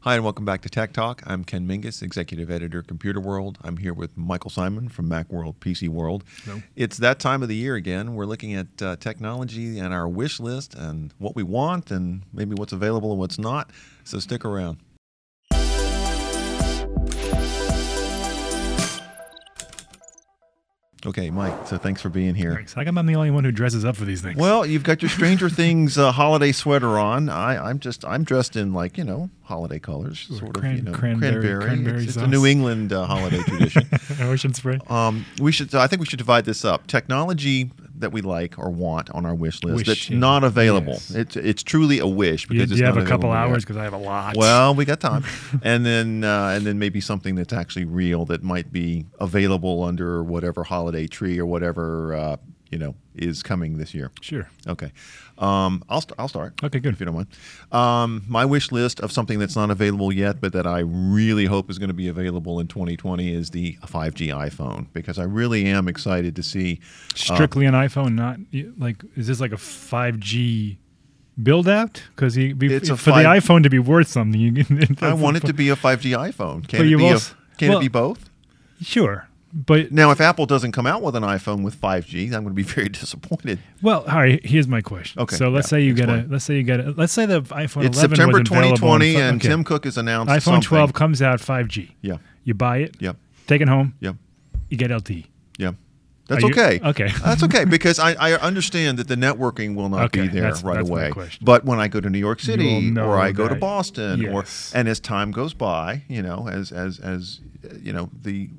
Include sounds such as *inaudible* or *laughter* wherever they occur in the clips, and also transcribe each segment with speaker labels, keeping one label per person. Speaker 1: Hi, and welcome back to Tech Talk. I'm Ken Mingus, Executive Editor, Computer World. I'm here with Michael Simon from Macworld, PC World.
Speaker 2: Hello.
Speaker 1: It's that time of the year again. We're looking at uh, technology and our wish list and what we want and maybe what's available and what's not. So stick around. Okay, Mike, so thanks for being here.
Speaker 2: Thanks. How come I'm the only one who dresses up for these things?
Speaker 1: Well, you've got your Stranger Things uh, holiday sweater on. I, I'm just I'm dressed in like you know holiday colors, sort of you
Speaker 2: Cran-
Speaker 1: know
Speaker 2: cranberry-
Speaker 1: It's-
Speaker 2: cranberry
Speaker 1: it's, a
Speaker 2: sauce.
Speaker 1: New England uh,
Speaker 2: *laughs*
Speaker 1: holiday tradition.
Speaker 2: *laughs* Ocean spray.
Speaker 1: Um, we should I think we should divide this up. Technology that we like or want on our wish list
Speaker 2: Wish,
Speaker 1: that's
Speaker 2: yeah.
Speaker 1: not available.
Speaker 2: Yes.
Speaker 1: It's it's truly a wish
Speaker 2: You,
Speaker 1: because it's
Speaker 2: you have
Speaker 1: not
Speaker 2: a couple
Speaker 1: available yet.
Speaker 2: hours because I have a lot.
Speaker 1: Well, we got
Speaker 2: *laughs*
Speaker 1: time, and then uh, and then maybe something that's actually real that might be available under whatever holiday tree or whatever uh, you know is coming this year.
Speaker 2: sure.
Speaker 1: Okay. Um, I'll, st- I'll start.
Speaker 2: Okay, good.
Speaker 1: If you don't mind. Um, my wish list of something that's not available yet, but that I really hope is going to be available in 2020 is the 5G iPhone because I really am excited to see.
Speaker 2: Strictly an iPhone, not like is this like a 5G build out? Because
Speaker 1: It's a
Speaker 2: for the
Speaker 1: five-
Speaker 2: iPhone to be worth something, you, *laughs* that's
Speaker 1: I want it
Speaker 2: the-
Speaker 1: to be a 5G iPhone.
Speaker 2: But
Speaker 1: Can, it
Speaker 2: you
Speaker 1: be, a,
Speaker 2: also-
Speaker 1: can
Speaker 2: well-
Speaker 1: it be both?
Speaker 2: sure, but
Speaker 1: Now, if Apple doesn't come out with an iPhone with 5G, I'm going to be *laughs* very disappointed.
Speaker 2: well, all right. Here's my question.
Speaker 1: Okay,
Speaker 2: So let's
Speaker 1: yeah,
Speaker 2: say you get
Speaker 1: explain.
Speaker 2: a. Let's say you get a. Let's say the iPhone
Speaker 1: It's
Speaker 2: 11 was
Speaker 1: September
Speaker 2: available on
Speaker 1: 2020,
Speaker 2: fi-
Speaker 1: and
Speaker 2: okay.
Speaker 1: Tim Cook has announced
Speaker 2: iPhone
Speaker 1: something.
Speaker 2: 12 comes out 5G.
Speaker 1: Yeah,
Speaker 2: You buy it.
Speaker 1: Yep.
Speaker 2: Take it home.
Speaker 1: yeah.
Speaker 2: You get LTE.
Speaker 1: Yeah. That's
Speaker 2: Are you-
Speaker 1: okay.
Speaker 2: okay.
Speaker 1: *laughs* that's
Speaker 2: *laughs*
Speaker 1: okay because I, I understand that the networking will not be
Speaker 2: Okay,
Speaker 1: there
Speaker 2: that's-
Speaker 1: right
Speaker 2: that's my
Speaker 1: away.
Speaker 2: question.
Speaker 1: But when I go to New York
Speaker 2: will
Speaker 1: City
Speaker 2: know
Speaker 1: or I go to
Speaker 2: that-
Speaker 1: Boston
Speaker 2: yes.
Speaker 1: or and as time goes by, you know, as as as uh, you know, the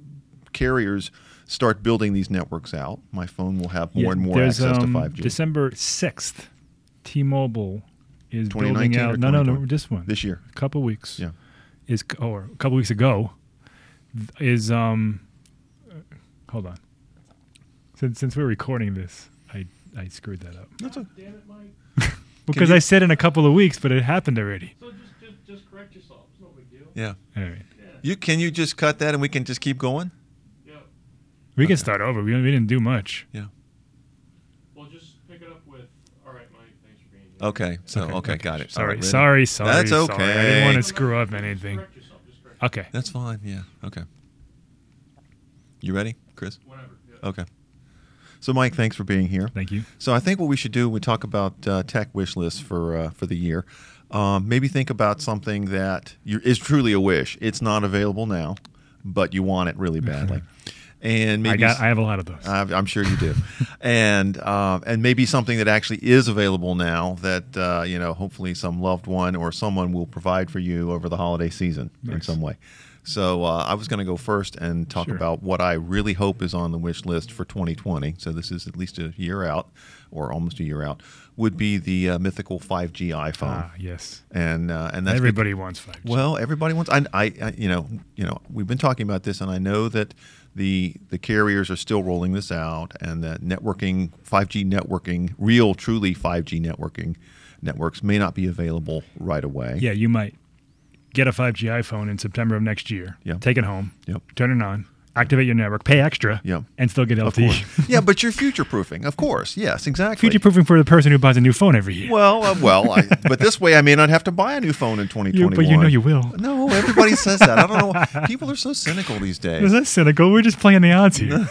Speaker 1: carriers start building these networks out, my phone will have more
Speaker 2: Yeah,
Speaker 1: and more
Speaker 2: there's,
Speaker 1: access
Speaker 2: um,
Speaker 1: to 5G.
Speaker 2: December 6th, T Mobile is building
Speaker 1: 2019 or
Speaker 2: out. No, no, no,
Speaker 1: 2020?
Speaker 2: this one.
Speaker 1: This year.
Speaker 2: A couple weeks.
Speaker 1: Yeah.
Speaker 2: Is, or a couple weeks ago, th- is, um, uh, hold on. Since, since we're recording this, I, I screwed that up.
Speaker 1: That's okay.
Speaker 3: Damn it, Mike.
Speaker 2: Because
Speaker 1: you-
Speaker 2: I said in a couple of weeks, but it happened already.
Speaker 3: So just, just, just correct yourself. It's no big deal.
Speaker 1: Yeah.
Speaker 2: All right.
Speaker 1: You can you just cut that and we can just keep going?
Speaker 3: Yeah.
Speaker 2: We can start over. We, we didn't do much.
Speaker 3: Well, just pick it up with. All right, Mike. Thanks for being here.
Speaker 1: Okay. So okay, got it. All
Speaker 2: Sorry,
Speaker 1: right, later.
Speaker 2: sorry, sorry.
Speaker 1: That's
Speaker 2: sorry. I
Speaker 1: okay.
Speaker 2: didn't want to
Speaker 3: Just
Speaker 2: screw up
Speaker 3: correct
Speaker 2: anything.
Speaker 3: yourself, just correct
Speaker 2: Okay.
Speaker 1: That's fine. Yeah. Okay. You ready, Chris?
Speaker 3: Whatever. Yeah.
Speaker 1: Okay. So, Mike, thanks for being here.
Speaker 2: Thank you.
Speaker 1: So, I think what we should do when we talk about uh, tech wish lists for uh, for the year, um, maybe think about something that you is truly a wish. It's not available now, but you want it really
Speaker 2: *laughs*
Speaker 1: badly, and maybe
Speaker 2: I got. I have a lot of those.
Speaker 1: I, I'm sure you do, and um, and maybe something that actually is available now that uh, you know hopefully some loved one or someone will provide for you over the holiday season in
Speaker 2: Nice.
Speaker 1: some way. So uh, I was going to go first and talk
Speaker 2: Sure.
Speaker 1: about what I really hope is on the wish list for 2020. So this is at least a year out, or almost a year out. Would be the uh, mythical 5G iPhone,
Speaker 2: Ah, yes.
Speaker 1: and uh, and that's
Speaker 2: Everybody wants 5G.
Speaker 1: well, everybody wants. I, I, I, you know, you know, we've been talking about this, and I know that the the carriers are still rolling this out, and that networking, five G networking, real, truly five G networking networks may not be available right away.
Speaker 2: yeah, you might get a 5G iPhone in September of next year.
Speaker 1: Yeah.
Speaker 2: Take it home.
Speaker 1: Yep.
Speaker 2: Turn it on. Activate your network. Pay extra.
Speaker 1: Yeah.
Speaker 2: And still get
Speaker 1: Of course.
Speaker 2: LTE. *laughs*
Speaker 1: yeah, but you're future proofing, of course. Yes, exactly.
Speaker 2: Future proofing for the person who buys a new phone every year.
Speaker 1: Well, uh, well, I, but this way I may not have to buy a new phone in 2021.
Speaker 2: but *laughs* you know you will. *laughs*
Speaker 1: No, everybody says that. I don't know. People are so cynical these days.
Speaker 2: Is that cynical? We're just playing the odds
Speaker 1: *laughs*
Speaker 2: here.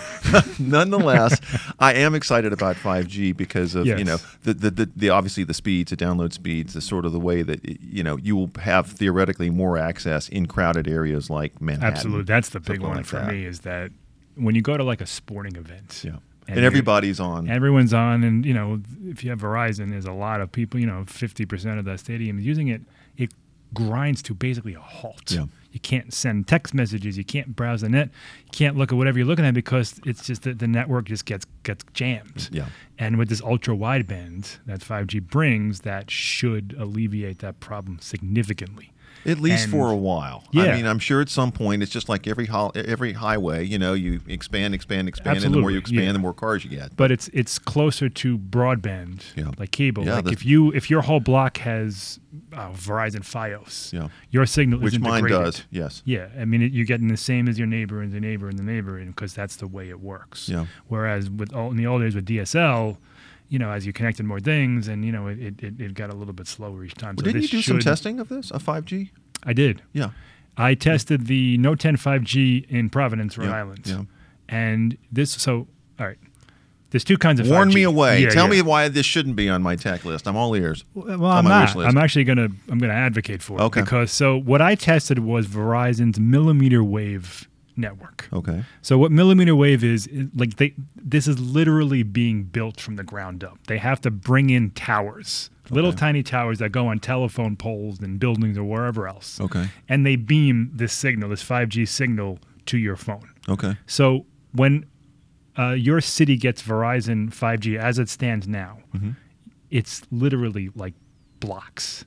Speaker 1: nonetheless, I am excited about 5G because of you
Speaker 2: Yes.
Speaker 1: know the, the the the obviously the speeds, the download speeds, the sort of the way that you know you will have theoretically more access in crowded areas like Manhattan.
Speaker 2: Absolutely. That's the big
Speaker 1: Something
Speaker 2: one
Speaker 1: like
Speaker 2: for
Speaker 1: that.
Speaker 2: me is that when you go to like a sporting event.
Speaker 1: Yeah,
Speaker 2: And
Speaker 1: and,
Speaker 2: you-
Speaker 1: everybody's on.
Speaker 2: Everyone's on, and you know, if you have Verizon, there's a lot of people. You know, fifty percent of the stadium is using it. It grinds to basically a halt.
Speaker 1: Yeah.
Speaker 2: You can't send text messages. You can't browse the net. You can't look at whatever you're looking at because it's just that the network just gets gets jammed.
Speaker 1: Yeah.
Speaker 2: And with this ultra wideband that 5G brings, that should alleviate that problem significantly.
Speaker 1: At least
Speaker 2: And-
Speaker 1: for a while.
Speaker 2: Yeah.
Speaker 1: I mean, I'm sure at some point it's just like every hol- every highway. You know, you expand, expand, expand, and the more you
Speaker 2: Absolutely, yeah.
Speaker 1: expand, the more cars you get.
Speaker 2: but it's it's closer to broadband,
Speaker 1: Yeah.
Speaker 2: like cable.
Speaker 1: Yeah,
Speaker 2: like
Speaker 1: the-
Speaker 2: if you if your whole block has uh, Verizon FiOS,
Speaker 1: Yeah.
Speaker 2: your signal
Speaker 1: Which
Speaker 2: isn't
Speaker 1: mine
Speaker 2: degraded.
Speaker 1: does, yes.
Speaker 2: Yeah, I mean it, you're getting the same as your neighbor and the neighbor and the neighbor, and because that's the way it works.
Speaker 1: Yeah.
Speaker 2: Whereas with all, in the old days with DSL. You know, as you connected more things, and you know, it, it, it got a little bit slower each time.
Speaker 1: Well,
Speaker 2: so
Speaker 1: didn't you
Speaker 2: this
Speaker 1: do some
Speaker 2: should-
Speaker 1: testing of this, of 5G?
Speaker 2: I did.
Speaker 1: Yeah.
Speaker 2: I tested the No 10 5G in Providence, Rhode
Speaker 1: Yeah,
Speaker 2: Island.
Speaker 1: yeah.
Speaker 2: And this, so, all right. There's two kinds of
Speaker 1: Warn
Speaker 2: 5G.
Speaker 1: me away.
Speaker 2: Yeah,
Speaker 1: Tell me
Speaker 2: yeah.
Speaker 1: why this shouldn't be on my tech list. I'm all ears.
Speaker 2: Well,
Speaker 1: on
Speaker 2: I'm
Speaker 1: my
Speaker 2: not.
Speaker 1: wish list.
Speaker 2: I'm actually gonna. I'm gonna advocate for it
Speaker 1: Okay.
Speaker 2: because so what I tested was Verizon's millimeter wave network.
Speaker 1: Okay.
Speaker 2: So what millimeter wave is, is like they this is literally being built from the ground up. They have to bring in towers, little tiny towers that go on telephone poles and buildings or wherever else.
Speaker 1: Okay.
Speaker 2: And they beam this signal, this 5G signal to your phone.
Speaker 1: Okay.
Speaker 2: So when uh, your city gets Verizon 5G as it stands now,
Speaker 1: Mm-hmm.
Speaker 2: it's literally like blocks.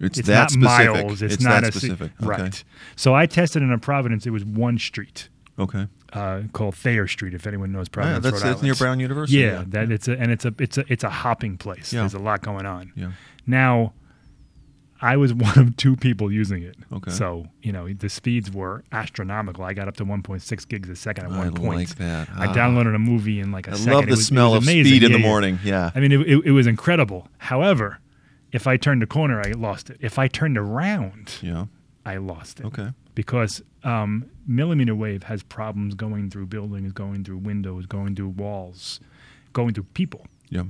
Speaker 1: It's,
Speaker 2: It's
Speaker 1: that
Speaker 2: not
Speaker 1: specific.
Speaker 2: miles. It's,
Speaker 1: It's
Speaker 2: not
Speaker 1: that
Speaker 2: a ci-
Speaker 1: specific.
Speaker 2: right. So I tested it in Providence. It was one street
Speaker 1: Okay. okay.
Speaker 2: uh, called Thayer Street. If anyone knows
Speaker 1: Yeah,
Speaker 2: Providence,
Speaker 1: Ah, that's,
Speaker 2: Rhode
Speaker 1: that's near
Speaker 2: Island.
Speaker 1: Brown University.
Speaker 2: Yeah, that it's a and it's a it's a it's a hopping place.
Speaker 1: Yeah.
Speaker 2: There's a lot going on.
Speaker 1: Yeah.
Speaker 2: Now, I was *laughs* one of two people using it.
Speaker 1: Okay.
Speaker 2: So you know the speeds were astronomical. I got up to 1.6 gigs a second at
Speaker 1: I
Speaker 2: one point.
Speaker 1: like that.
Speaker 2: I
Speaker 1: Ah.
Speaker 2: downloaded a movie in like a
Speaker 1: I
Speaker 2: second.
Speaker 1: love
Speaker 2: It
Speaker 1: the
Speaker 2: was- it
Speaker 1: smell
Speaker 2: was
Speaker 1: of
Speaker 2: amazing.
Speaker 1: speed in
Speaker 2: Yeah,
Speaker 1: the
Speaker 2: yeah.
Speaker 1: morning. Yeah.
Speaker 2: I mean, it, it, it was incredible. However, if I turned a corner, I lost it. If I turned around,
Speaker 1: yeah.
Speaker 2: I lost it.
Speaker 1: Okay.
Speaker 2: Because um, millimeter wave has problems going through buildings, going through windows, going through walls, going through people. *laughs*
Speaker 1: Yeah.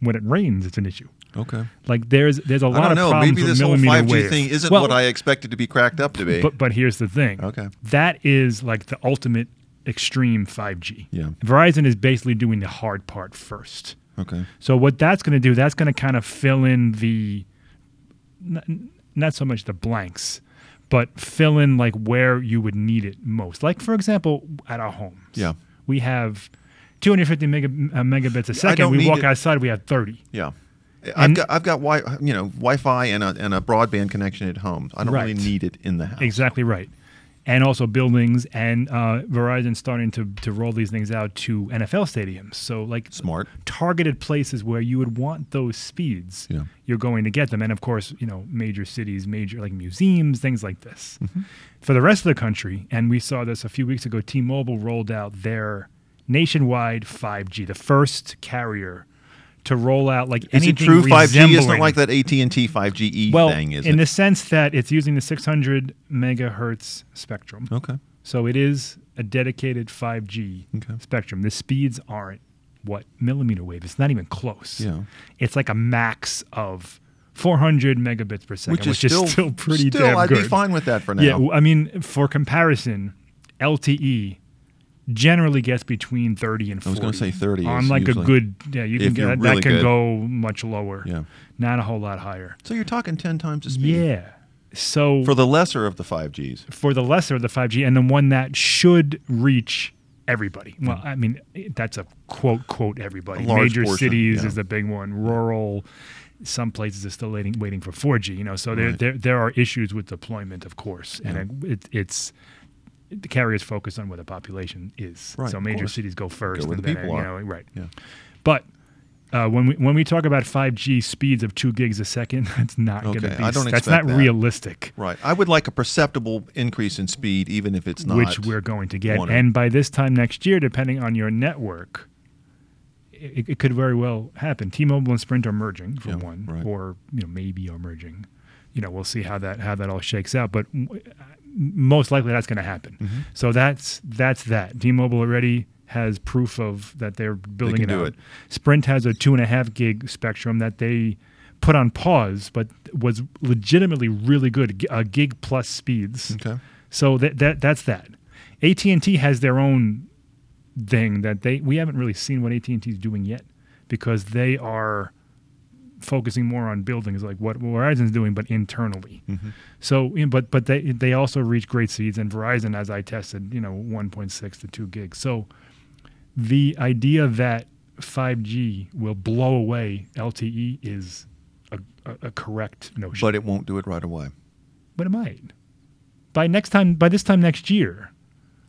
Speaker 2: when it rains, it's an issue.
Speaker 1: Okay.
Speaker 2: Like there's there's a
Speaker 1: I
Speaker 2: lot
Speaker 1: don't
Speaker 2: of
Speaker 1: know.
Speaker 2: problems
Speaker 1: Maybe
Speaker 2: with
Speaker 1: this whole
Speaker 2: millimeter
Speaker 1: 5G
Speaker 2: wave.
Speaker 1: thing isn't
Speaker 2: Well,
Speaker 1: what I expected to be cracked up to be.
Speaker 2: But but here's the thing.
Speaker 1: Okay.
Speaker 2: That is like the ultimate extreme 5G.
Speaker 1: Yeah.
Speaker 2: Verizon is basically doing the hard part first.
Speaker 1: okay.
Speaker 2: So what that's going to do, that's going to kind of fill in the not, not so much the blanks, but fill in like where you would need it most. Like for example, at our homes.
Speaker 1: Yeah.
Speaker 2: We have 250 mega, uh, megabits a second.
Speaker 1: don't
Speaker 2: We
Speaker 1: need
Speaker 2: walk
Speaker 1: it.
Speaker 2: outside, we have 30.
Speaker 1: Yeah. I've
Speaker 2: And-
Speaker 1: got I've got wi- you know Wi-Fi and a and a broadband connection at home. I don't
Speaker 2: Right.
Speaker 1: really need it in the house.
Speaker 2: Exactly right. And also buildings and uh, Verizon's starting to, to roll these things out to NFL stadiums. So like
Speaker 1: Smart.
Speaker 2: targeted places where you would want those speeds,
Speaker 1: Yeah.
Speaker 2: you're going to get them. And of course, you know, major cities, major like museums, things like this.
Speaker 1: Mm-hmm.
Speaker 2: For the rest of the country, and we saw this a few weeks ago, T Mobile rolled out their nationwide 5G, the first carrier to roll out like
Speaker 1: Is it
Speaker 2: anything
Speaker 1: true 5G? It's not
Speaker 2: resembling-
Speaker 1: like that AT and T 5G E
Speaker 2: well,
Speaker 1: thing, is
Speaker 2: in
Speaker 1: it?
Speaker 2: the sense that it's using the 600 megahertz spectrum.
Speaker 1: okay.
Speaker 2: So it is a dedicated 5G
Speaker 1: Okay.
Speaker 2: spectrum. The speeds aren't what millimeter wave. It's not even close.
Speaker 1: Yeah.
Speaker 2: It's like a max of 400 megabits per second, which, is, still, pretty
Speaker 1: still,
Speaker 2: damn
Speaker 1: I'd
Speaker 2: good.
Speaker 1: be fine with that for now.
Speaker 2: Yeah, w- I mean, for comparison, LTE generally gets between 30 and 40.
Speaker 1: I was gonna say 30
Speaker 2: On
Speaker 1: is
Speaker 2: like a
Speaker 1: usually-
Speaker 2: good, yeah, you can
Speaker 1: if
Speaker 2: get,
Speaker 1: you're
Speaker 2: that
Speaker 1: really
Speaker 2: can
Speaker 1: good.
Speaker 2: go much lower.
Speaker 1: Yeah.
Speaker 2: Not a whole lot higher.
Speaker 1: so you're talking ten times the speed
Speaker 2: Yeah. So
Speaker 1: for the lesser of the 5Gs.
Speaker 2: for the lesser of the 5G and the one that should reach everybody. Well, I mean, that's a quote, quote, everybody.
Speaker 1: Hmm. A large
Speaker 2: Major
Speaker 1: portion,
Speaker 2: cities
Speaker 1: yeah.
Speaker 2: is the big one, rural. Some places are still waiting, waiting for 4G, you know, so there, there, there are issues with deployment, of course, and it, it's the carriers focus on where the population is.
Speaker 1: Right,
Speaker 2: so
Speaker 1: of
Speaker 2: major
Speaker 1: course.
Speaker 2: cities go first,
Speaker 1: where
Speaker 2: and
Speaker 1: the
Speaker 2: then,
Speaker 1: people
Speaker 2: you
Speaker 1: are.
Speaker 2: know, right.
Speaker 1: Yeah.
Speaker 2: But uh, when we when we talk about 5G speeds of two gigs a second, *laughs* that's not going
Speaker 1: Okay,
Speaker 2: to be.
Speaker 1: I don't
Speaker 2: that's
Speaker 1: expect
Speaker 2: not
Speaker 1: that.
Speaker 2: realistic
Speaker 1: Right. I would like a perceptible increase in speed, even if it's not.
Speaker 2: which we're going to get.
Speaker 1: one of-
Speaker 2: And by this time next year, depending on your network, it, it could very well happen. T-Mobile and Sprint are merging for
Speaker 1: Yeah,
Speaker 2: one,
Speaker 1: right.
Speaker 2: or you know maybe are merging. You know, we'll see how that how that all shakes out. But m- most likely that's going to happen.
Speaker 1: Mm-hmm.
Speaker 2: So that's that's that. T-Mobile already has proof of that they're building
Speaker 1: can
Speaker 2: it
Speaker 1: do
Speaker 2: out.
Speaker 1: it.
Speaker 2: Sprint has a two and a half gig spectrum that they put on pause, but was legitimately really good, g- uh, gig plus speeds.
Speaker 1: Okay.
Speaker 2: So that that that's that. AT and T has their own thing that they we haven't really seen what AT and T is doing yet because they are focusing more on buildings like what Verizon's doing, but internally.
Speaker 1: Mm-hmm.
Speaker 2: So, you know, but but they they also reach great speeds, and Verizon, as I tested, you know, 1.6 to 2 gigs. So, the idea that 5G will blow away LTE is a, a, a correct notion.
Speaker 1: But it won't do it right away.
Speaker 2: But it might. By next time, by this time next year,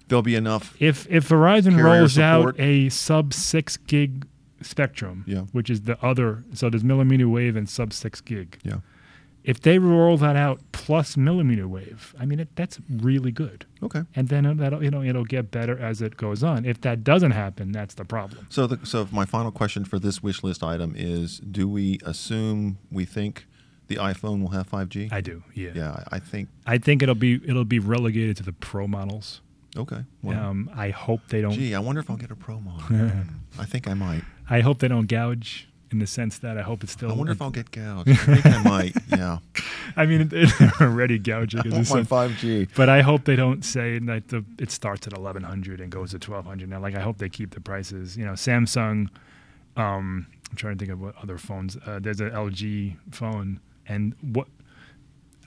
Speaker 1: There'll be enough.
Speaker 2: if if Verizon
Speaker 1: Carrier
Speaker 2: rolls
Speaker 1: support.
Speaker 2: out a sub six gig spectrum,
Speaker 1: Yeah.
Speaker 2: which is the other, so there's millimeter wave and sub six gig.
Speaker 1: Yeah.
Speaker 2: If they roll that out plus millimeter wave, I mean it, that's really good.
Speaker 1: Okay.
Speaker 2: And then that'll you know it'll get better as it goes on. If that doesn't happen, that's the problem.
Speaker 1: So, the, so my final question for this wish list item is: Do we assume we think the iPhone will have 5G?
Speaker 2: I do. Yeah.
Speaker 1: yeah, I- I think.
Speaker 2: I think it'll be it'll be relegated to the pro models.
Speaker 1: Okay. Well,
Speaker 2: Um, I hope they don't.
Speaker 1: gee, I wonder if I'll get a pro
Speaker 2: *laughs*
Speaker 1: model. I think I might.
Speaker 2: I hope they don't gouge in the sense that I hope Oh, it's still.
Speaker 1: I wonder if I'll get gouged. I think I might.
Speaker 2: *laughs*
Speaker 1: Yeah.
Speaker 2: I mean, they're already gouging.
Speaker 1: I
Speaker 2: in
Speaker 1: want
Speaker 2: this
Speaker 1: my
Speaker 2: sense.
Speaker 1: 5G.
Speaker 2: But I hope they don't say that the it starts at eleven hundred and goes to twelve hundred. Now, like I hope they keep the prices. You know, Samsung. Um, I'm trying to think of what other phones. Uh, there's an LG phone, and what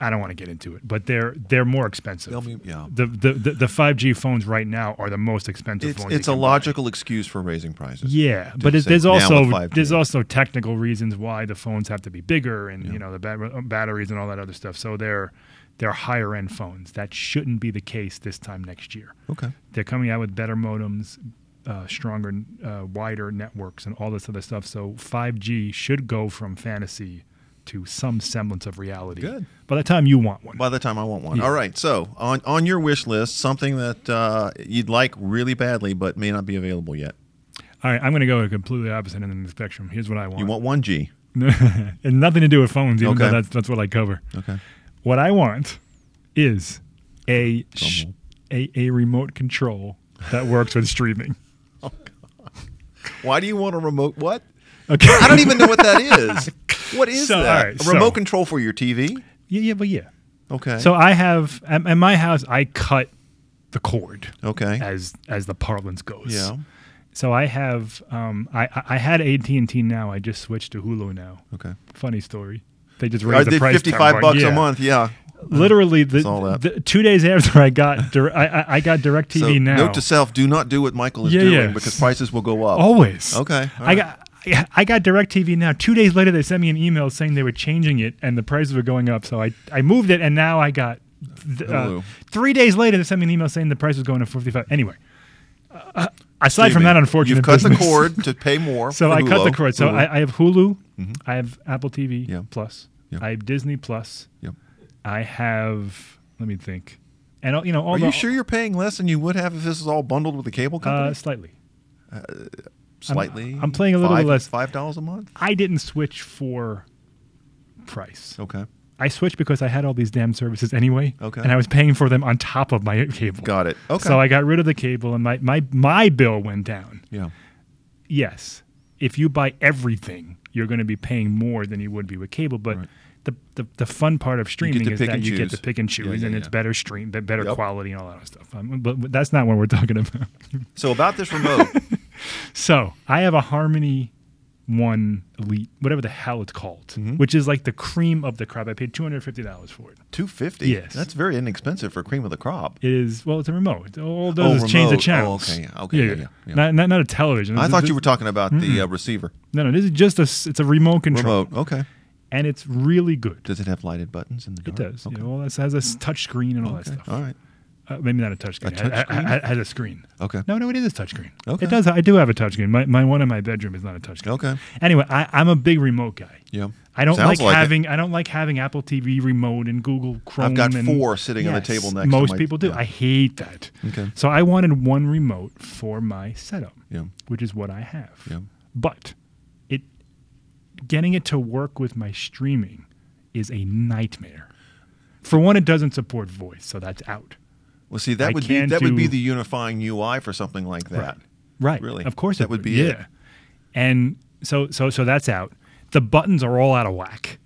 Speaker 2: I don't want to get into it, but they're they're more expensive.
Speaker 1: They'll be, yeah.
Speaker 2: the the the- the five G phones right now are the most expensive
Speaker 1: It's,
Speaker 2: phones.
Speaker 1: it's
Speaker 2: you
Speaker 1: a
Speaker 2: can buy.
Speaker 1: logical excuse for raising prices.
Speaker 2: Yeah, but it,
Speaker 1: say
Speaker 2: there's
Speaker 1: now
Speaker 2: also
Speaker 1: with 5G.
Speaker 2: there's also technical reasons why the phones have to be bigger and
Speaker 1: Yeah.
Speaker 2: you know the bat- uh, batteries and all that other stuff. So they're they're higher end phones. That shouldn't be the case this time next year.
Speaker 1: Okay.
Speaker 2: They're coming out with better modems, uh, stronger, uh, wider networks, and all this other stuff. So 5G should go from fantasy to some semblance of reality.
Speaker 1: Good.
Speaker 2: By the time you want one.
Speaker 1: By the time I want one.
Speaker 2: Yeah.
Speaker 1: All right. So on on your wish list, something that uh, you'd like really badly but may not be available yet.
Speaker 2: All right, I'm going to go completely opposite end of the spectrum. Here's what I want.
Speaker 1: You want one G.
Speaker 2: *laughs* and nothing to do with phones, even though
Speaker 1: Okay.
Speaker 2: that's that's what I cover.
Speaker 1: Okay.
Speaker 2: What I want is a sh-
Speaker 1: Drum
Speaker 2: a, a remote control that works
Speaker 1: *laughs*
Speaker 2: with streaming.
Speaker 1: Why do you want a remote? What?
Speaker 2: Okay.
Speaker 1: I don't e-, even know what that *laughs* is. What is
Speaker 2: So,
Speaker 1: that?
Speaker 2: all right,
Speaker 1: a remote
Speaker 2: so-
Speaker 1: control for your TV?
Speaker 2: yeah, yeah, but yeah.
Speaker 1: Okay.
Speaker 2: So I have at, at my house I cut the cord
Speaker 1: okay.
Speaker 2: as as the parlance goes.
Speaker 1: Yeah.
Speaker 2: So I have um I I- I had AT and T now. I just switched to Hulu now.
Speaker 1: Okay.
Speaker 2: Funny story. They just
Speaker 1: I
Speaker 2: raised the
Speaker 1: did
Speaker 2: price.
Speaker 1: 55
Speaker 2: 10
Speaker 1: bucks
Speaker 2: Yeah.
Speaker 1: a month. Yeah.
Speaker 2: Literally, the,
Speaker 1: Saw that.
Speaker 2: the two days after I got dir- I, I, I got
Speaker 1: *laughs*
Speaker 2: Directv
Speaker 1: So
Speaker 2: now.
Speaker 1: note to self: do not do what Michael is
Speaker 2: Yeah,
Speaker 1: doing
Speaker 2: yeah.
Speaker 1: because prices will go up.
Speaker 2: Always.
Speaker 1: Okay, all
Speaker 2: I got. I- I got DirecTV now. Two days later, they sent me an email saying they were changing it and the prices were going up. So I, I moved it, and now I got. th- uh,
Speaker 1: Hulu.
Speaker 2: three days later, they sent me an email saying the price was going to 45 Anyway, uh, aside
Speaker 1: Excuse
Speaker 2: from
Speaker 1: me.
Speaker 2: that unfortunate
Speaker 1: You've cut
Speaker 2: business-
Speaker 1: the cord to *laughs* pay more.
Speaker 2: *laughs* So
Speaker 1: for
Speaker 2: I cut the
Speaker 1: Hulu.
Speaker 2: cord. So
Speaker 1: Hulu. Mm-hmm.
Speaker 2: I, I have Hulu. I have Apple TV
Speaker 1: Yeah.
Speaker 2: Plus.
Speaker 1: Yeah.
Speaker 2: I have Disney Plus.
Speaker 1: Yep.
Speaker 2: I have. Let me think. And, all- you know, all
Speaker 1: Are
Speaker 2: the.
Speaker 1: you sure you're paying less than you would have if this is all bundled with the cable company?
Speaker 2: Uh, slightly.
Speaker 1: Slightly.
Speaker 2: I'm playing a little
Speaker 1: five,
Speaker 2: less.
Speaker 1: Five dollars a month.
Speaker 2: I didn't switch for price.
Speaker 1: Okay.
Speaker 2: I switched because I had all these damn services anyway.
Speaker 1: Okay.
Speaker 2: And I was paying for them on top of my cable.
Speaker 1: Got it. Okay.
Speaker 2: So I got rid of the cable and my, my, my bill went down.
Speaker 1: yeah.
Speaker 2: Yes. If you buy everything, you're going to be paying more than you would be with cable. But
Speaker 1: Right.
Speaker 2: the, the, the fun part of streaming
Speaker 1: to
Speaker 2: is
Speaker 1: pick
Speaker 2: that
Speaker 1: and
Speaker 2: you get
Speaker 1: choose.
Speaker 2: to pick and choose
Speaker 1: yeah,
Speaker 2: and it's
Speaker 1: yeah.
Speaker 2: better stream, be- better
Speaker 1: Yep.
Speaker 2: quality and all that other stuff. Um, but, but that's not what we're *laughs* talking about.
Speaker 1: So about this
Speaker 2: *laughs*
Speaker 1: remote.
Speaker 2: so I have a Harmony One Elite, whatever the hell it's called,
Speaker 1: Mm-hmm.
Speaker 2: which is like the cream of the crop. I paid $250 for it.
Speaker 1: Two fifty.
Speaker 2: Yes.
Speaker 1: That's very inexpensive for cream of the crop.
Speaker 2: It is well, it's a remote. All it
Speaker 1: Oh,
Speaker 2: does is change the
Speaker 1: remote. Oh,
Speaker 2: channels.
Speaker 1: okay, yeah, okay, yeah, yeah, yeah.
Speaker 2: Not, not not a television.
Speaker 1: I
Speaker 2: This-
Speaker 1: thought
Speaker 2: this-
Speaker 1: you were talking about the uh, receiver
Speaker 2: No, no. This is just a. s- It's a remote control,
Speaker 1: remote. Okay.
Speaker 2: and it's really good.
Speaker 1: Does it have lighted buttons in the
Speaker 2: It
Speaker 1: dark?
Speaker 2: does.
Speaker 1: Okay.
Speaker 2: You know, well, it has a s- touch screen and all that
Speaker 1: Okay.
Speaker 2: stuff.
Speaker 1: All right.
Speaker 2: Uh, maybe not a touch screen.
Speaker 1: A touch
Speaker 2: I- I-
Speaker 1: screen?
Speaker 2: I- I- it has a screen.
Speaker 1: Okay.
Speaker 2: No, no, it is a touch screen.
Speaker 1: Okay.
Speaker 2: It does. I do have a touch screen. My, my one in my bedroom is not a touch screen.
Speaker 1: Okay.
Speaker 2: Anyway, I, I'm a big remote guy.
Speaker 1: Yeah.
Speaker 2: I don't
Speaker 1: Sounds
Speaker 2: like,
Speaker 1: like it.
Speaker 2: having I don't like having Apple TV remote and Google Chrome.
Speaker 1: got
Speaker 2: and-
Speaker 1: four sitting on the table next to
Speaker 2: Most
Speaker 1: my-
Speaker 2: people do.
Speaker 1: yeah.
Speaker 2: I hate that.
Speaker 1: Okay.
Speaker 2: So I wanted one remote for my setup,
Speaker 1: Yeah.
Speaker 2: which is what I have.
Speaker 1: Yeah.
Speaker 2: But it getting it to work with my streaming is a nightmare. For one, it doesn't support voice, so that's out.
Speaker 1: Well, see, that
Speaker 2: I
Speaker 1: would be
Speaker 2: can't
Speaker 1: that would be
Speaker 2: do-
Speaker 1: the unifying UI for something like that.
Speaker 2: Right.
Speaker 1: Really?
Speaker 2: Of course,
Speaker 1: That
Speaker 2: it
Speaker 1: would be it.
Speaker 2: Yeah. And so so so that's out. The buttons are all out of whack.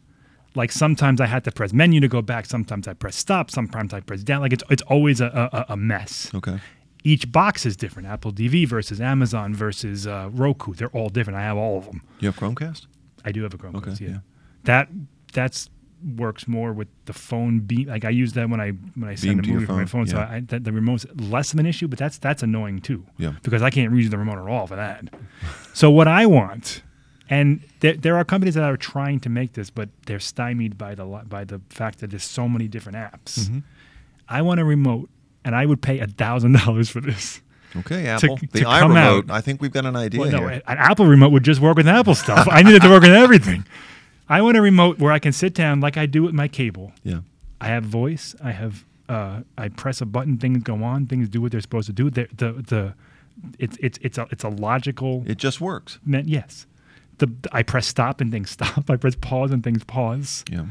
Speaker 2: Like sometimes I had to press menu to go back. Sometimes I press stop. Sometimes I press down. Like it's it's always a a, a mess.
Speaker 1: Okay.
Speaker 2: Each box is different. Apple TV versus Amazon versus uh, Roku. They're all different. I have all of them.
Speaker 1: You have Chromecast?
Speaker 2: I do have a Chromecast.
Speaker 1: Okay,
Speaker 2: yeah.
Speaker 1: yeah.
Speaker 2: that that's works more with the phone beam. Like I use that when I when I
Speaker 1: Beam
Speaker 2: send
Speaker 1: to
Speaker 2: a
Speaker 1: your
Speaker 2: movie from my
Speaker 1: phone,
Speaker 2: phone. So
Speaker 1: yeah.
Speaker 2: I, that, the remote's less of an issue, but that's that's annoying too.
Speaker 1: Yeah.
Speaker 2: because I can't use the remote at all for that. so what I want. And there, there are companies that are trying to make this, but they're stymied by the li- by the fact that there's so many different apps.
Speaker 1: Mm-hmm.
Speaker 2: I want a remote, and I would pay a thousand dollars for this.
Speaker 1: Okay, Apple. the
Speaker 2: to come
Speaker 1: iRemote.
Speaker 2: out-
Speaker 1: I think we've got an idea
Speaker 2: Well, no,
Speaker 1: here.
Speaker 2: an Apple remote would just work with Apple stuff. I need it to work with everything. I want a remote where I can sit down like I do with my cable.
Speaker 1: yeah.
Speaker 2: I have voice. I have. Uh, I press a button. Things go on. Things do what they're supposed to do. The the, the it's it's it's a it's a logical.
Speaker 1: It just works.
Speaker 2: meant yes. the I press stop and things stop. *laughs* I press pause and things pause.
Speaker 1: Yeah.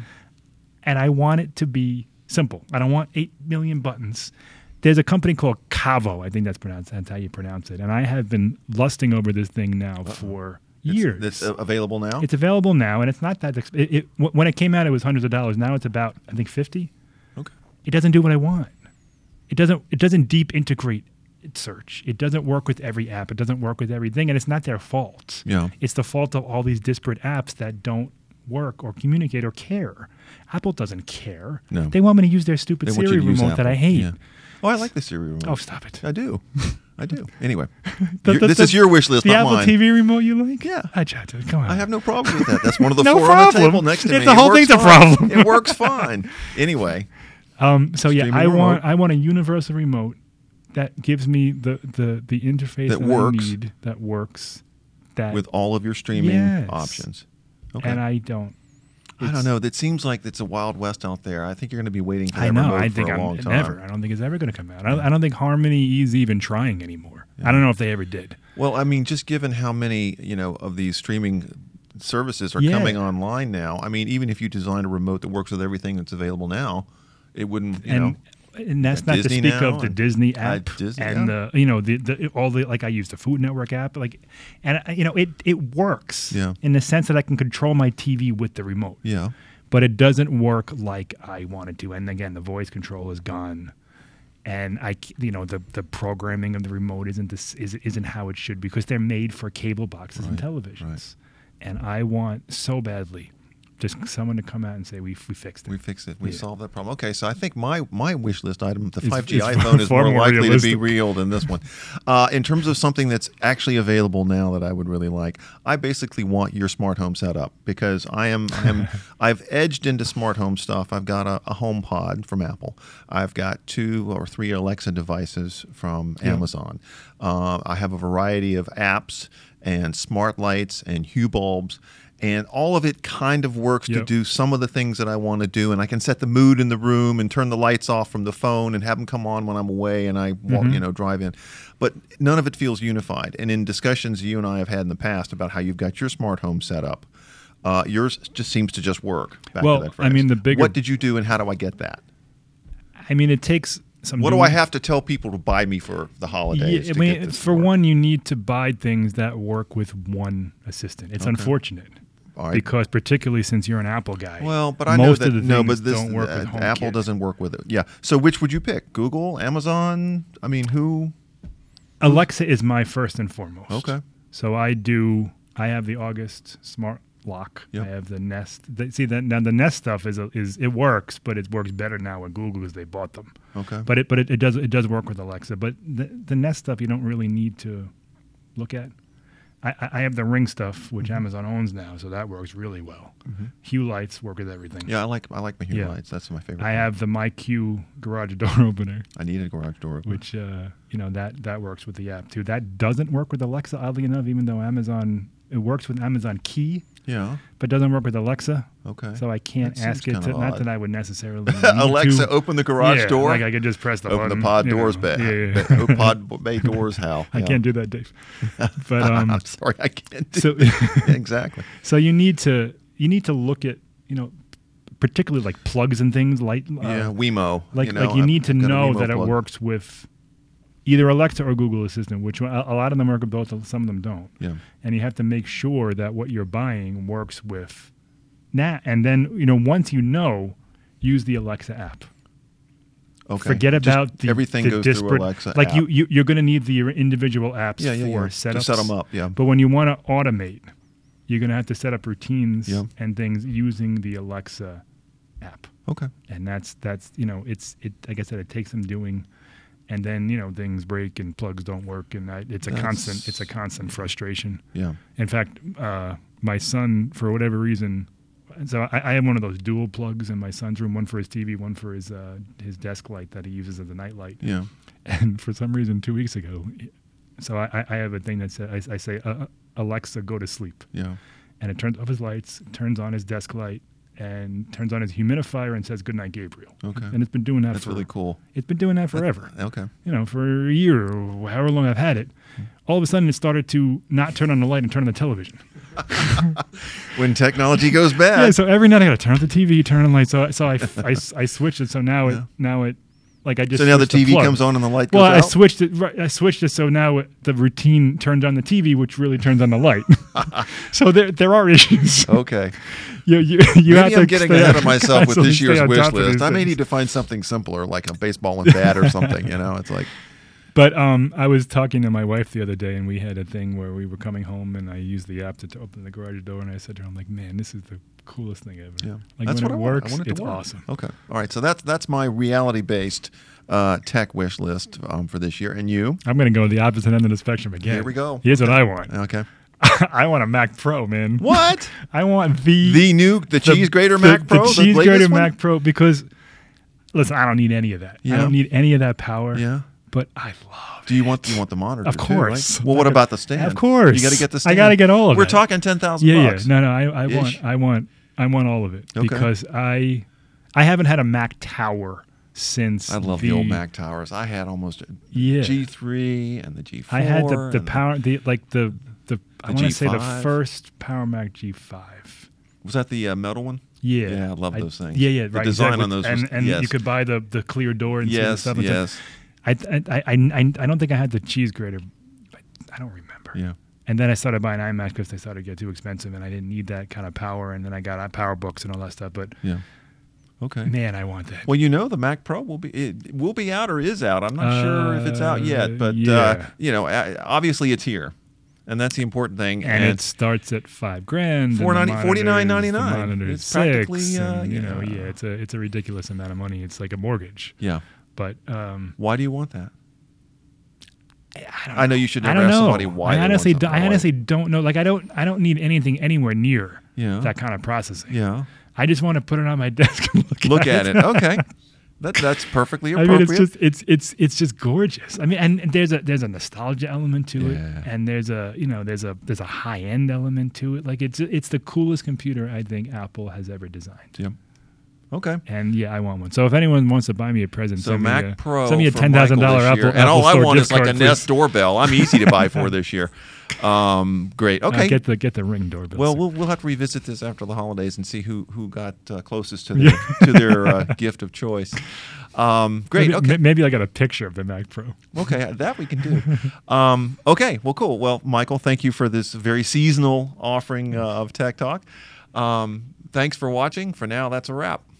Speaker 2: And I want it to be simple. I don't want eight million buttons. There's a company called Cavo. I think that's pronounced. That's how you pronounce it. And I have been lusting over this thing now for
Speaker 1: It's-
Speaker 2: years.
Speaker 1: That's uh, available now.
Speaker 2: It's available now, and it's not that. Exp- it, it, wh- when it came out, it was hundreds of dollars. Now it's about I think fifty.
Speaker 1: okay.
Speaker 2: It doesn't do what I want. It doesn't. It doesn't deep integrate its search. It doesn't work with every app. It doesn't work with everything, and it's not their fault.
Speaker 1: Yeah.
Speaker 2: It's the fault of all these disparate apps that don't work or communicate or care. Apple doesn't care.
Speaker 1: No.
Speaker 2: They want me to use their stupid
Speaker 1: They want
Speaker 2: Siri
Speaker 1: you to use
Speaker 2: remote that
Speaker 1: Apple.
Speaker 2: I hate.
Speaker 1: Yeah. Oh, I like the Siri remote.
Speaker 2: Oh, stop it.
Speaker 1: I do. I do.
Speaker 2: *laughs*
Speaker 1: Anyway,
Speaker 2: The-
Speaker 1: your-
Speaker 2: the-
Speaker 1: this
Speaker 2: the-
Speaker 1: is your wish list,
Speaker 2: The
Speaker 1: not
Speaker 2: Apple
Speaker 1: mine.
Speaker 2: TV remote you like?
Speaker 1: Yeah.
Speaker 2: I chat Come on.
Speaker 1: I have no problem with that. That's
Speaker 2: *laughs*
Speaker 1: one of the
Speaker 2: No
Speaker 1: four on
Speaker 2: problem.
Speaker 1: the table next to
Speaker 2: If
Speaker 1: me.
Speaker 2: the
Speaker 1: It
Speaker 2: whole
Speaker 1: works
Speaker 2: thing's a
Speaker 1: fine.
Speaker 2: problem.
Speaker 1: it works fine.
Speaker 2: *laughs*
Speaker 1: Anyway,
Speaker 2: Um, so yeah,
Speaker 1: Streaming
Speaker 2: I want
Speaker 1: remote.
Speaker 2: I want a universal remote that gives me the the the interface
Speaker 1: That
Speaker 2: that, I
Speaker 1: works.
Speaker 2: need that works that
Speaker 1: with all of your streaming
Speaker 2: Yes.
Speaker 1: options. Okay.
Speaker 2: and I don't.
Speaker 1: I
Speaker 2: it's-
Speaker 1: don't know. That seems like it's a wild west out there. I think you're going to be waiting for that
Speaker 2: I know.
Speaker 1: remote
Speaker 2: I
Speaker 1: for
Speaker 2: think
Speaker 1: a
Speaker 2: I'm
Speaker 1: long time.
Speaker 2: never. I don't think it's ever going to come out. I, I don't think Harmony is even trying anymore. I don't know if they ever did.
Speaker 1: Well, I mean, just given how many you know of these streaming services are
Speaker 2: Yeah.
Speaker 1: coming online now, I mean, even if you design a remote that works with everything that's available now, it wouldn't. You know,
Speaker 2: and and that's not
Speaker 1: Disney
Speaker 2: to speak
Speaker 1: now
Speaker 2: of the
Speaker 1: and-
Speaker 2: Disney
Speaker 1: Uh,
Speaker 2: app
Speaker 1: Disney,
Speaker 2: and
Speaker 1: yeah.
Speaker 2: the you know the, the all the like I use the Food Network app like and I- you know it it works
Speaker 1: Yeah.
Speaker 2: in the sense that I can control my TV with the remote.
Speaker 1: yeah,
Speaker 2: but it doesn't work like I wanted to. And again, the voice control is gone, and I, c- you know, the the programming of the remote isn't this is, isn't how it should because they're made for cable boxes and televisions,
Speaker 1: right.
Speaker 2: and I want so badly just someone to come out and say we we fixed it.
Speaker 1: we fix it. We
Speaker 2: Yeah.
Speaker 1: solve that problem. Okay, so I think my my wish list item, the
Speaker 2: It's-
Speaker 1: 5G
Speaker 2: it's
Speaker 1: iPhone, is
Speaker 2: far
Speaker 1: more,
Speaker 2: more
Speaker 1: likely to
Speaker 2: realistic.
Speaker 1: be real than
Speaker 2: *laughs*
Speaker 1: this one. Uh, in terms of something that's actually available now that I would really like, I basically want your smart home setup because I am I
Speaker 2: *laughs*
Speaker 1: am I've edged into smart home stuff. I've got a, a Home Pod from Apple. I've got two or three Alexa devices from Amazon. Uh, I have a variety of apps and smart lights and Hue bulbs. And all of it kind of works to
Speaker 2: Yep.
Speaker 1: do some of the things that I want to do, and I can set the mood in the room and turn the lights off from the phone and have them come on when I'm away and I walk,
Speaker 2: Mm-hmm.
Speaker 1: you know drive in. But none of it feels unified. And in discussions you and I have had in the past about how you've got your smart home set up, uh, yours just seems to just work. Back
Speaker 2: Well,
Speaker 1: to that
Speaker 2: I mean, the
Speaker 1: phrase.
Speaker 2: bigger-
Speaker 1: What did you do, and how do I get that?
Speaker 2: I mean, it takes some.
Speaker 1: What do
Speaker 2: doing.
Speaker 1: I have to tell people to buy me for the holidays?
Speaker 2: Mm-hmm. Yeah, I
Speaker 1: to
Speaker 2: mean,
Speaker 1: get this to
Speaker 2: for
Speaker 1: work?
Speaker 2: one, you need to buy things that work with one assistant. It's unfortunate.
Speaker 1: All right.
Speaker 2: Because particularly since you're an Apple guy,
Speaker 1: Well, but I
Speaker 2: most
Speaker 1: know that
Speaker 2: of the
Speaker 1: no,
Speaker 2: things
Speaker 1: but this
Speaker 2: don't work
Speaker 1: uh,
Speaker 2: with HomeKit.
Speaker 1: Apple doesn't work with it. Yeah. So which would you pick? Google, Amazon? I mean, who?
Speaker 2: Alexa is my first and foremost.
Speaker 1: Okay.
Speaker 2: So I do. I have the August smart lock.
Speaker 1: Yep.
Speaker 2: I have the Nest. The, see that now the Nest stuff is a, is it works, but it works better now with Google because they bought them.
Speaker 1: Okay.
Speaker 2: But it but it, it does it does work with Alexa. But the, the Nest stuff you don't really need to look at. I, I- I have the Ring stuff, which
Speaker 1: Mm-hmm.
Speaker 2: Amazon owns now, so that works really well. Hue lights work with everything.
Speaker 1: Yeah, I like I like my hue
Speaker 2: Yeah.
Speaker 1: lights. That's my favorite.
Speaker 2: I
Speaker 1: thing.
Speaker 2: have the MyQ garage *laughs* door opener
Speaker 1: I need a garage door. opener.
Speaker 2: which uh, you know that that works with the app too. That doesn't work with Alexa, oddly enough. Even though Amazon it works with Amazon Key,
Speaker 1: yeah.
Speaker 2: but doesn't work with Alexa.
Speaker 1: Okay. *laughs*
Speaker 2: So I can't
Speaker 1: That seems
Speaker 2: ask it
Speaker 1: kinda
Speaker 2: to. Not that
Speaker 1: odd.
Speaker 2: I would
Speaker 1: *laughs*
Speaker 2: necessarily. need
Speaker 1: Alexa,
Speaker 2: to-
Speaker 1: open the garage
Speaker 2: Yeah,
Speaker 1: door.
Speaker 2: Like I could just press the
Speaker 1: open
Speaker 2: button,
Speaker 1: the pod
Speaker 2: you know.
Speaker 1: doors, back.
Speaker 2: Yeah, yeah, yeah.
Speaker 1: Open pod bay doors, Hal.
Speaker 2: *laughs* I
Speaker 1: Yeah.
Speaker 2: can't do that,
Speaker 1: *laughs*
Speaker 2: Dave. But um,
Speaker 1: I'm sorry, I can't do.
Speaker 2: *laughs* so
Speaker 1: that. exactly.
Speaker 2: so you need to you need to look at you know particularly like plugs and things like uh,
Speaker 1: yeah, Wemo.
Speaker 2: like
Speaker 1: you know,
Speaker 2: like
Speaker 1: I've-
Speaker 2: you need to
Speaker 1: I've got a
Speaker 2: know
Speaker 1: Wemo
Speaker 2: that it
Speaker 1: plug.
Speaker 2: works with either Alexa or Google Assistant, which one- a a lot of them work with both, some of them don't.
Speaker 1: Yeah.
Speaker 2: And you have to make sure that what you're buying works with that. And then you know once you know, use the Alexa app.
Speaker 1: Okay.
Speaker 2: Forget
Speaker 1: Just
Speaker 2: about the
Speaker 1: everything
Speaker 2: the
Speaker 1: goes through
Speaker 2: disparate-
Speaker 1: Alexa.
Speaker 2: Like you,
Speaker 1: app.
Speaker 2: you you're going to need the individual apps
Speaker 1: Yeah, yeah,
Speaker 2: for
Speaker 1: yeah. To set
Speaker 2: setups.
Speaker 1: 'em up, yeah.
Speaker 2: But when you want to automate, you're going to have to set up routines
Speaker 1: Yeah.
Speaker 2: and things using the Alexa app
Speaker 1: Okay.
Speaker 2: and that's that's you know it's it like I said it takes some doing, and then you know things break and plugs don't work and I, it's a constant
Speaker 1: That's-
Speaker 2: it's a constant frustration.
Speaker 1: Yeah.
Speaker 2: In fact, uh, my son for whatever reason, so I, I have one of those dual plugs in my son's room, one for his TV, one for his uh, his desk light that he uses as a night light.
Speaker 1: Yeah.
Speaker 2: And for some reason, two weeks ago, so I, I- I have a thing that says I, I say uh, Alexa go to sleep
Speaker 1: Yeah.
Speaker 2: and it turns off his lights, turns on his desk light, and turns on his humidifier and says "Goodnight, Gabriel."
Speaker 1: Okay.
Speaker 2: And it's been doing that.
Speaker 1: That's
Speaker 2: for,
Speaker 1: really cool.
Speaker 2: It's been doing that forever. *laughs*
Speaker 1: Okay. *laughs*
Speaker 2: you know, for a year or however long I've had it. All of a sudden, it started to not turn on the light and turn on
Speaker 1: *laughs*
Speaker 2: the television.
Speaker 1: When technology goes bad.
Speaker 2: Yeah, so every night I got to turn off the TV, turn on the light. So, I- so I,
Speaker 1: *laughs*
Speaker 2: I, I switched it. So now it, now it, like I just.
Speaker 1: so now the
Speaker 2: switched
Speaker 1: TV
Speaker 2: plug.
Speaker 1: comes on and the light
Speaker 2: Well,
Speaker 1: goes
Speaker 2: I
Speaker 1: out.
Speaker 2: switched it. Right, I switched it so now it, the routine turns on the TV, which really turns on
Speaker 1: *laughs*
Speaker 2: the light. *laughs* so there, there are issues.
Speaker 1: okay.
Speaker 2: You, you, *laughs* you have
Speaker 1: Maybe
Speaker 2: to
Speaker 1: I'm getting
Speaker 2: stay
Speaker 1: ahead
Speaker 2: on-
Speaker 1: of
Speaker 2: *laughs*
Speaker 1: myself with
Speaker 2: constantly
Speaker 1: this
Speaker 2: stay
Speaker 1: year's
Speaker 2: on
Speaker 1: wish
Speaker 2: top of these
Speaker 1: list. I may
Speaker 2: things.
Speaker 1: need to find something simpler, like a baseball and bat or something. You know, it's like
Speaker 2: But um, I was talking to my wife the other day, and we had a thing where we were coming home, and I used the app to, to open the garage door, and I said to her, "I'm like, man, this is the coolest thing ever.
Speaker 1: Yeah,
Speaker 2: Like
Speaker 1: that's
Speaker 2: when
Speaker 1: what
Speaker 2: it
Speaker 1: I want.
Speaker 2: works,
Speaker 1: I want it
Speaker 2: it's
Speaker 1: to work.
Speaker 2: awesome.
Speaker 1: Okay, all right. So that's that's my reality-based uh, tech wish list um, for this year. And you?
Speaker 2: I'm gonna go to the opposite end of the spectrum again.
Speaker 1: Here we go.
Speaker 2: Here's what I want.
Speaker 1: Okay.
Speaker 2: *laughs* I want a Mac Pro, man.
Speaker 1: What?
Speaker 2: *laughs* I want the
Speaker 1: the new the, cheese grater
Speaker 2: the-
Speaker 1: Mac Pro.
Speaker 2: The cheese grater
Speaker 1: latest one?
Speaker 2: Mac Pro, because listen, I don't need any of that.
Speaker 1: Yeah.
Speaker 2: I don't need any of that power.
Speaker 1: Yeah.
Speaker 2: But I love.
Speaker 1: Do you want you want the monitor?
Speaker 2: Of
Speaker 1: too, right?
Speaker 2: course.
Speaker 1: Well, what about the stand?
Speaker 2: Of course.
Speaker 1: You got to get the
Speaker 2: I
Speaker 1: stand.
Speaker 2: gotta get all of
Speaker 1: We're
Speaker 2: it.
Speaker 1: talking ten thousand.
Speaker 2: yeah,
Speaker 1: bucks.
Speaker 2: yeah. No, no, I, I
Speaker 1: Ish.
Speaker 2: want, I want, I want all of it
Speaker 1: Okay.
Speaker 2: because I, I haven't had a Mac Tower since
Speaker 1: I love the, old Mac towers. I had almost
Speaker 2: Yeah.
Speaker 1: G3 and the G4.
Speaker 2: I had the,
Speaker 1: and
Speaker 2: the power, the like the the, I
Speaker 1: The
Speaker 2: want to say the
Speaker 1: G5.
Speaker 2: first Power Mac G5.
Speaker 1: Was that the uh, metal one?
Speaker 2: Yeah,
Speaker 1: Yeah, I love those things.
Speaker 2: Yeah, yeah,
Speaker 1: The
Speaker 2: right.
Speaker 1: design
Speaker 2: exactly.
Speaker 1: on those
Speaker 2: and
Speaker 1: was-
Speaker 2: and you
Speaker 1: yes.
Speaker 2: could buy the the clear door and see the
Speaker 1: Yes,
Speaker 2: stuff. and
Speaker 1: yes.
Speaker 2: stuff. I, I I I I don't think I had the cheese grater. I, I don't remember.
Speaker 1: Yeah.
Speaker 2: And then I started buying iMac because they started to get too expensive, and I didn't need that kind of power. And then I got uh, power books and all that stuff. But
Speaker 1: Yeah. Okay.
Speaker 2: man, I want that.
Speaker 1: Well, you know the Mac Pro will be it will be out or is out. I'm not sure if it's out yet,
Speaker 2: Uh,
Speaker 1: but uh,
Speaker 2: yeah.
Speaker 1: you know, uh, obviously it's here, and that's the important thing.
Speaker 2: and, it starts at five grand. and the
Speaker 1: 490
Speaker 2: monitor's-
Speaker 1: 49.99.
Speaker 2: the monitor's
Speaker 1: It's practically,
Speaker 2: six,
Speaker 1: uh,
Speaker 2: and, you know,
Speaker 1: yeah.
Speaker 2: yeah, it's a it's a ridiculous amount of money. It's like a mortgage.
Speaker 1: yeah.
Speaker 2: But um,
Speaker 1: Why do you want that?
Speaker 2: I don't.
Speaker 1: I know you should
Speaker 2: I
Speaker 1: never
Speaker 2: don't
Speaker 1: ask
Speaker 2: know.
Speaker 1: somebody why.
Speaker 2: I
Speaker 1: they want
Speaker 2: honestly, do,
Speaker 1: something.
Speaker 2: I
Speaker 1: Why-
Speaker 2: honestly don't know. Like, I don't, I don't need anything anywhere near
Speaker 1: Yeah.
Speaker 2: that kind of processing.
Speaker 1: *laughs*
Speaker 2: *laughs*
Speaker 1: Yeah.
Speaker 2: I just want to put it on my *laughs* desk and look,
Speaker 1: Look
Speaker 2: *laughs*
Speaker 1: at it. Okay. That that's perfectly
Speaker 2: I
Speaker 1: appropriate.
Speaker 2: mean, it's just it's it's it's just gorgeous. I mean, and and there's a there's a nostalgia element to
Speaker 1: Yeah.
Speaker 2: it, and there's a you know there's a there's a high end element to it. Like it's it's the coolest computer I think Apple has ever designed.
Speaker 1: yeah. Okay.
Speaker 2: And yeah, I want one. So if anyone wants to buy me a present,
Speaker 1: So
Speaker 2: send
Speaker 1: Mac
Speaker 2: me a,
Speaker 1: Pro.
Speaker 2: send me a
Speaker 1: for
Speaker 2: ten thousand dollar
Speaker 1: Michael this year.
Speaker 2: Apple, Apple
Speaker 1: And all I
Speaker 2: Store
Speaker 1: want
Speaker 2: gift
Speaker 1: is like a
Speaker 2: card,
Speaker 1: Nest
Speaker 2: please.
Speaker 1: doorbell. I'm easy to buy
Speaker 2: *laughs*
Speaker 1: for this year. Um, great.
Speaker 2: Uh,
Speaker 1: Okay.
Speaker 2: get the get the ring doorbell.
Speaker 1: well, we'll we'll have to revisit this after the holidays and see who who got uh, closest to their to their uh, *laughs* gift of choice. Um, great.
Speaker 2: Maybe,
Speaker 1: Okay.
Speaker 2: ma- maybe I got a picture of the Mac Pro.
Speaker 1: Okay, that we can do. Um, okay, well, cool. Well, Michael, thank you for this very seasonal offering uh, of Tech Talk. Um, thanks for watching. For now, that's a wrap.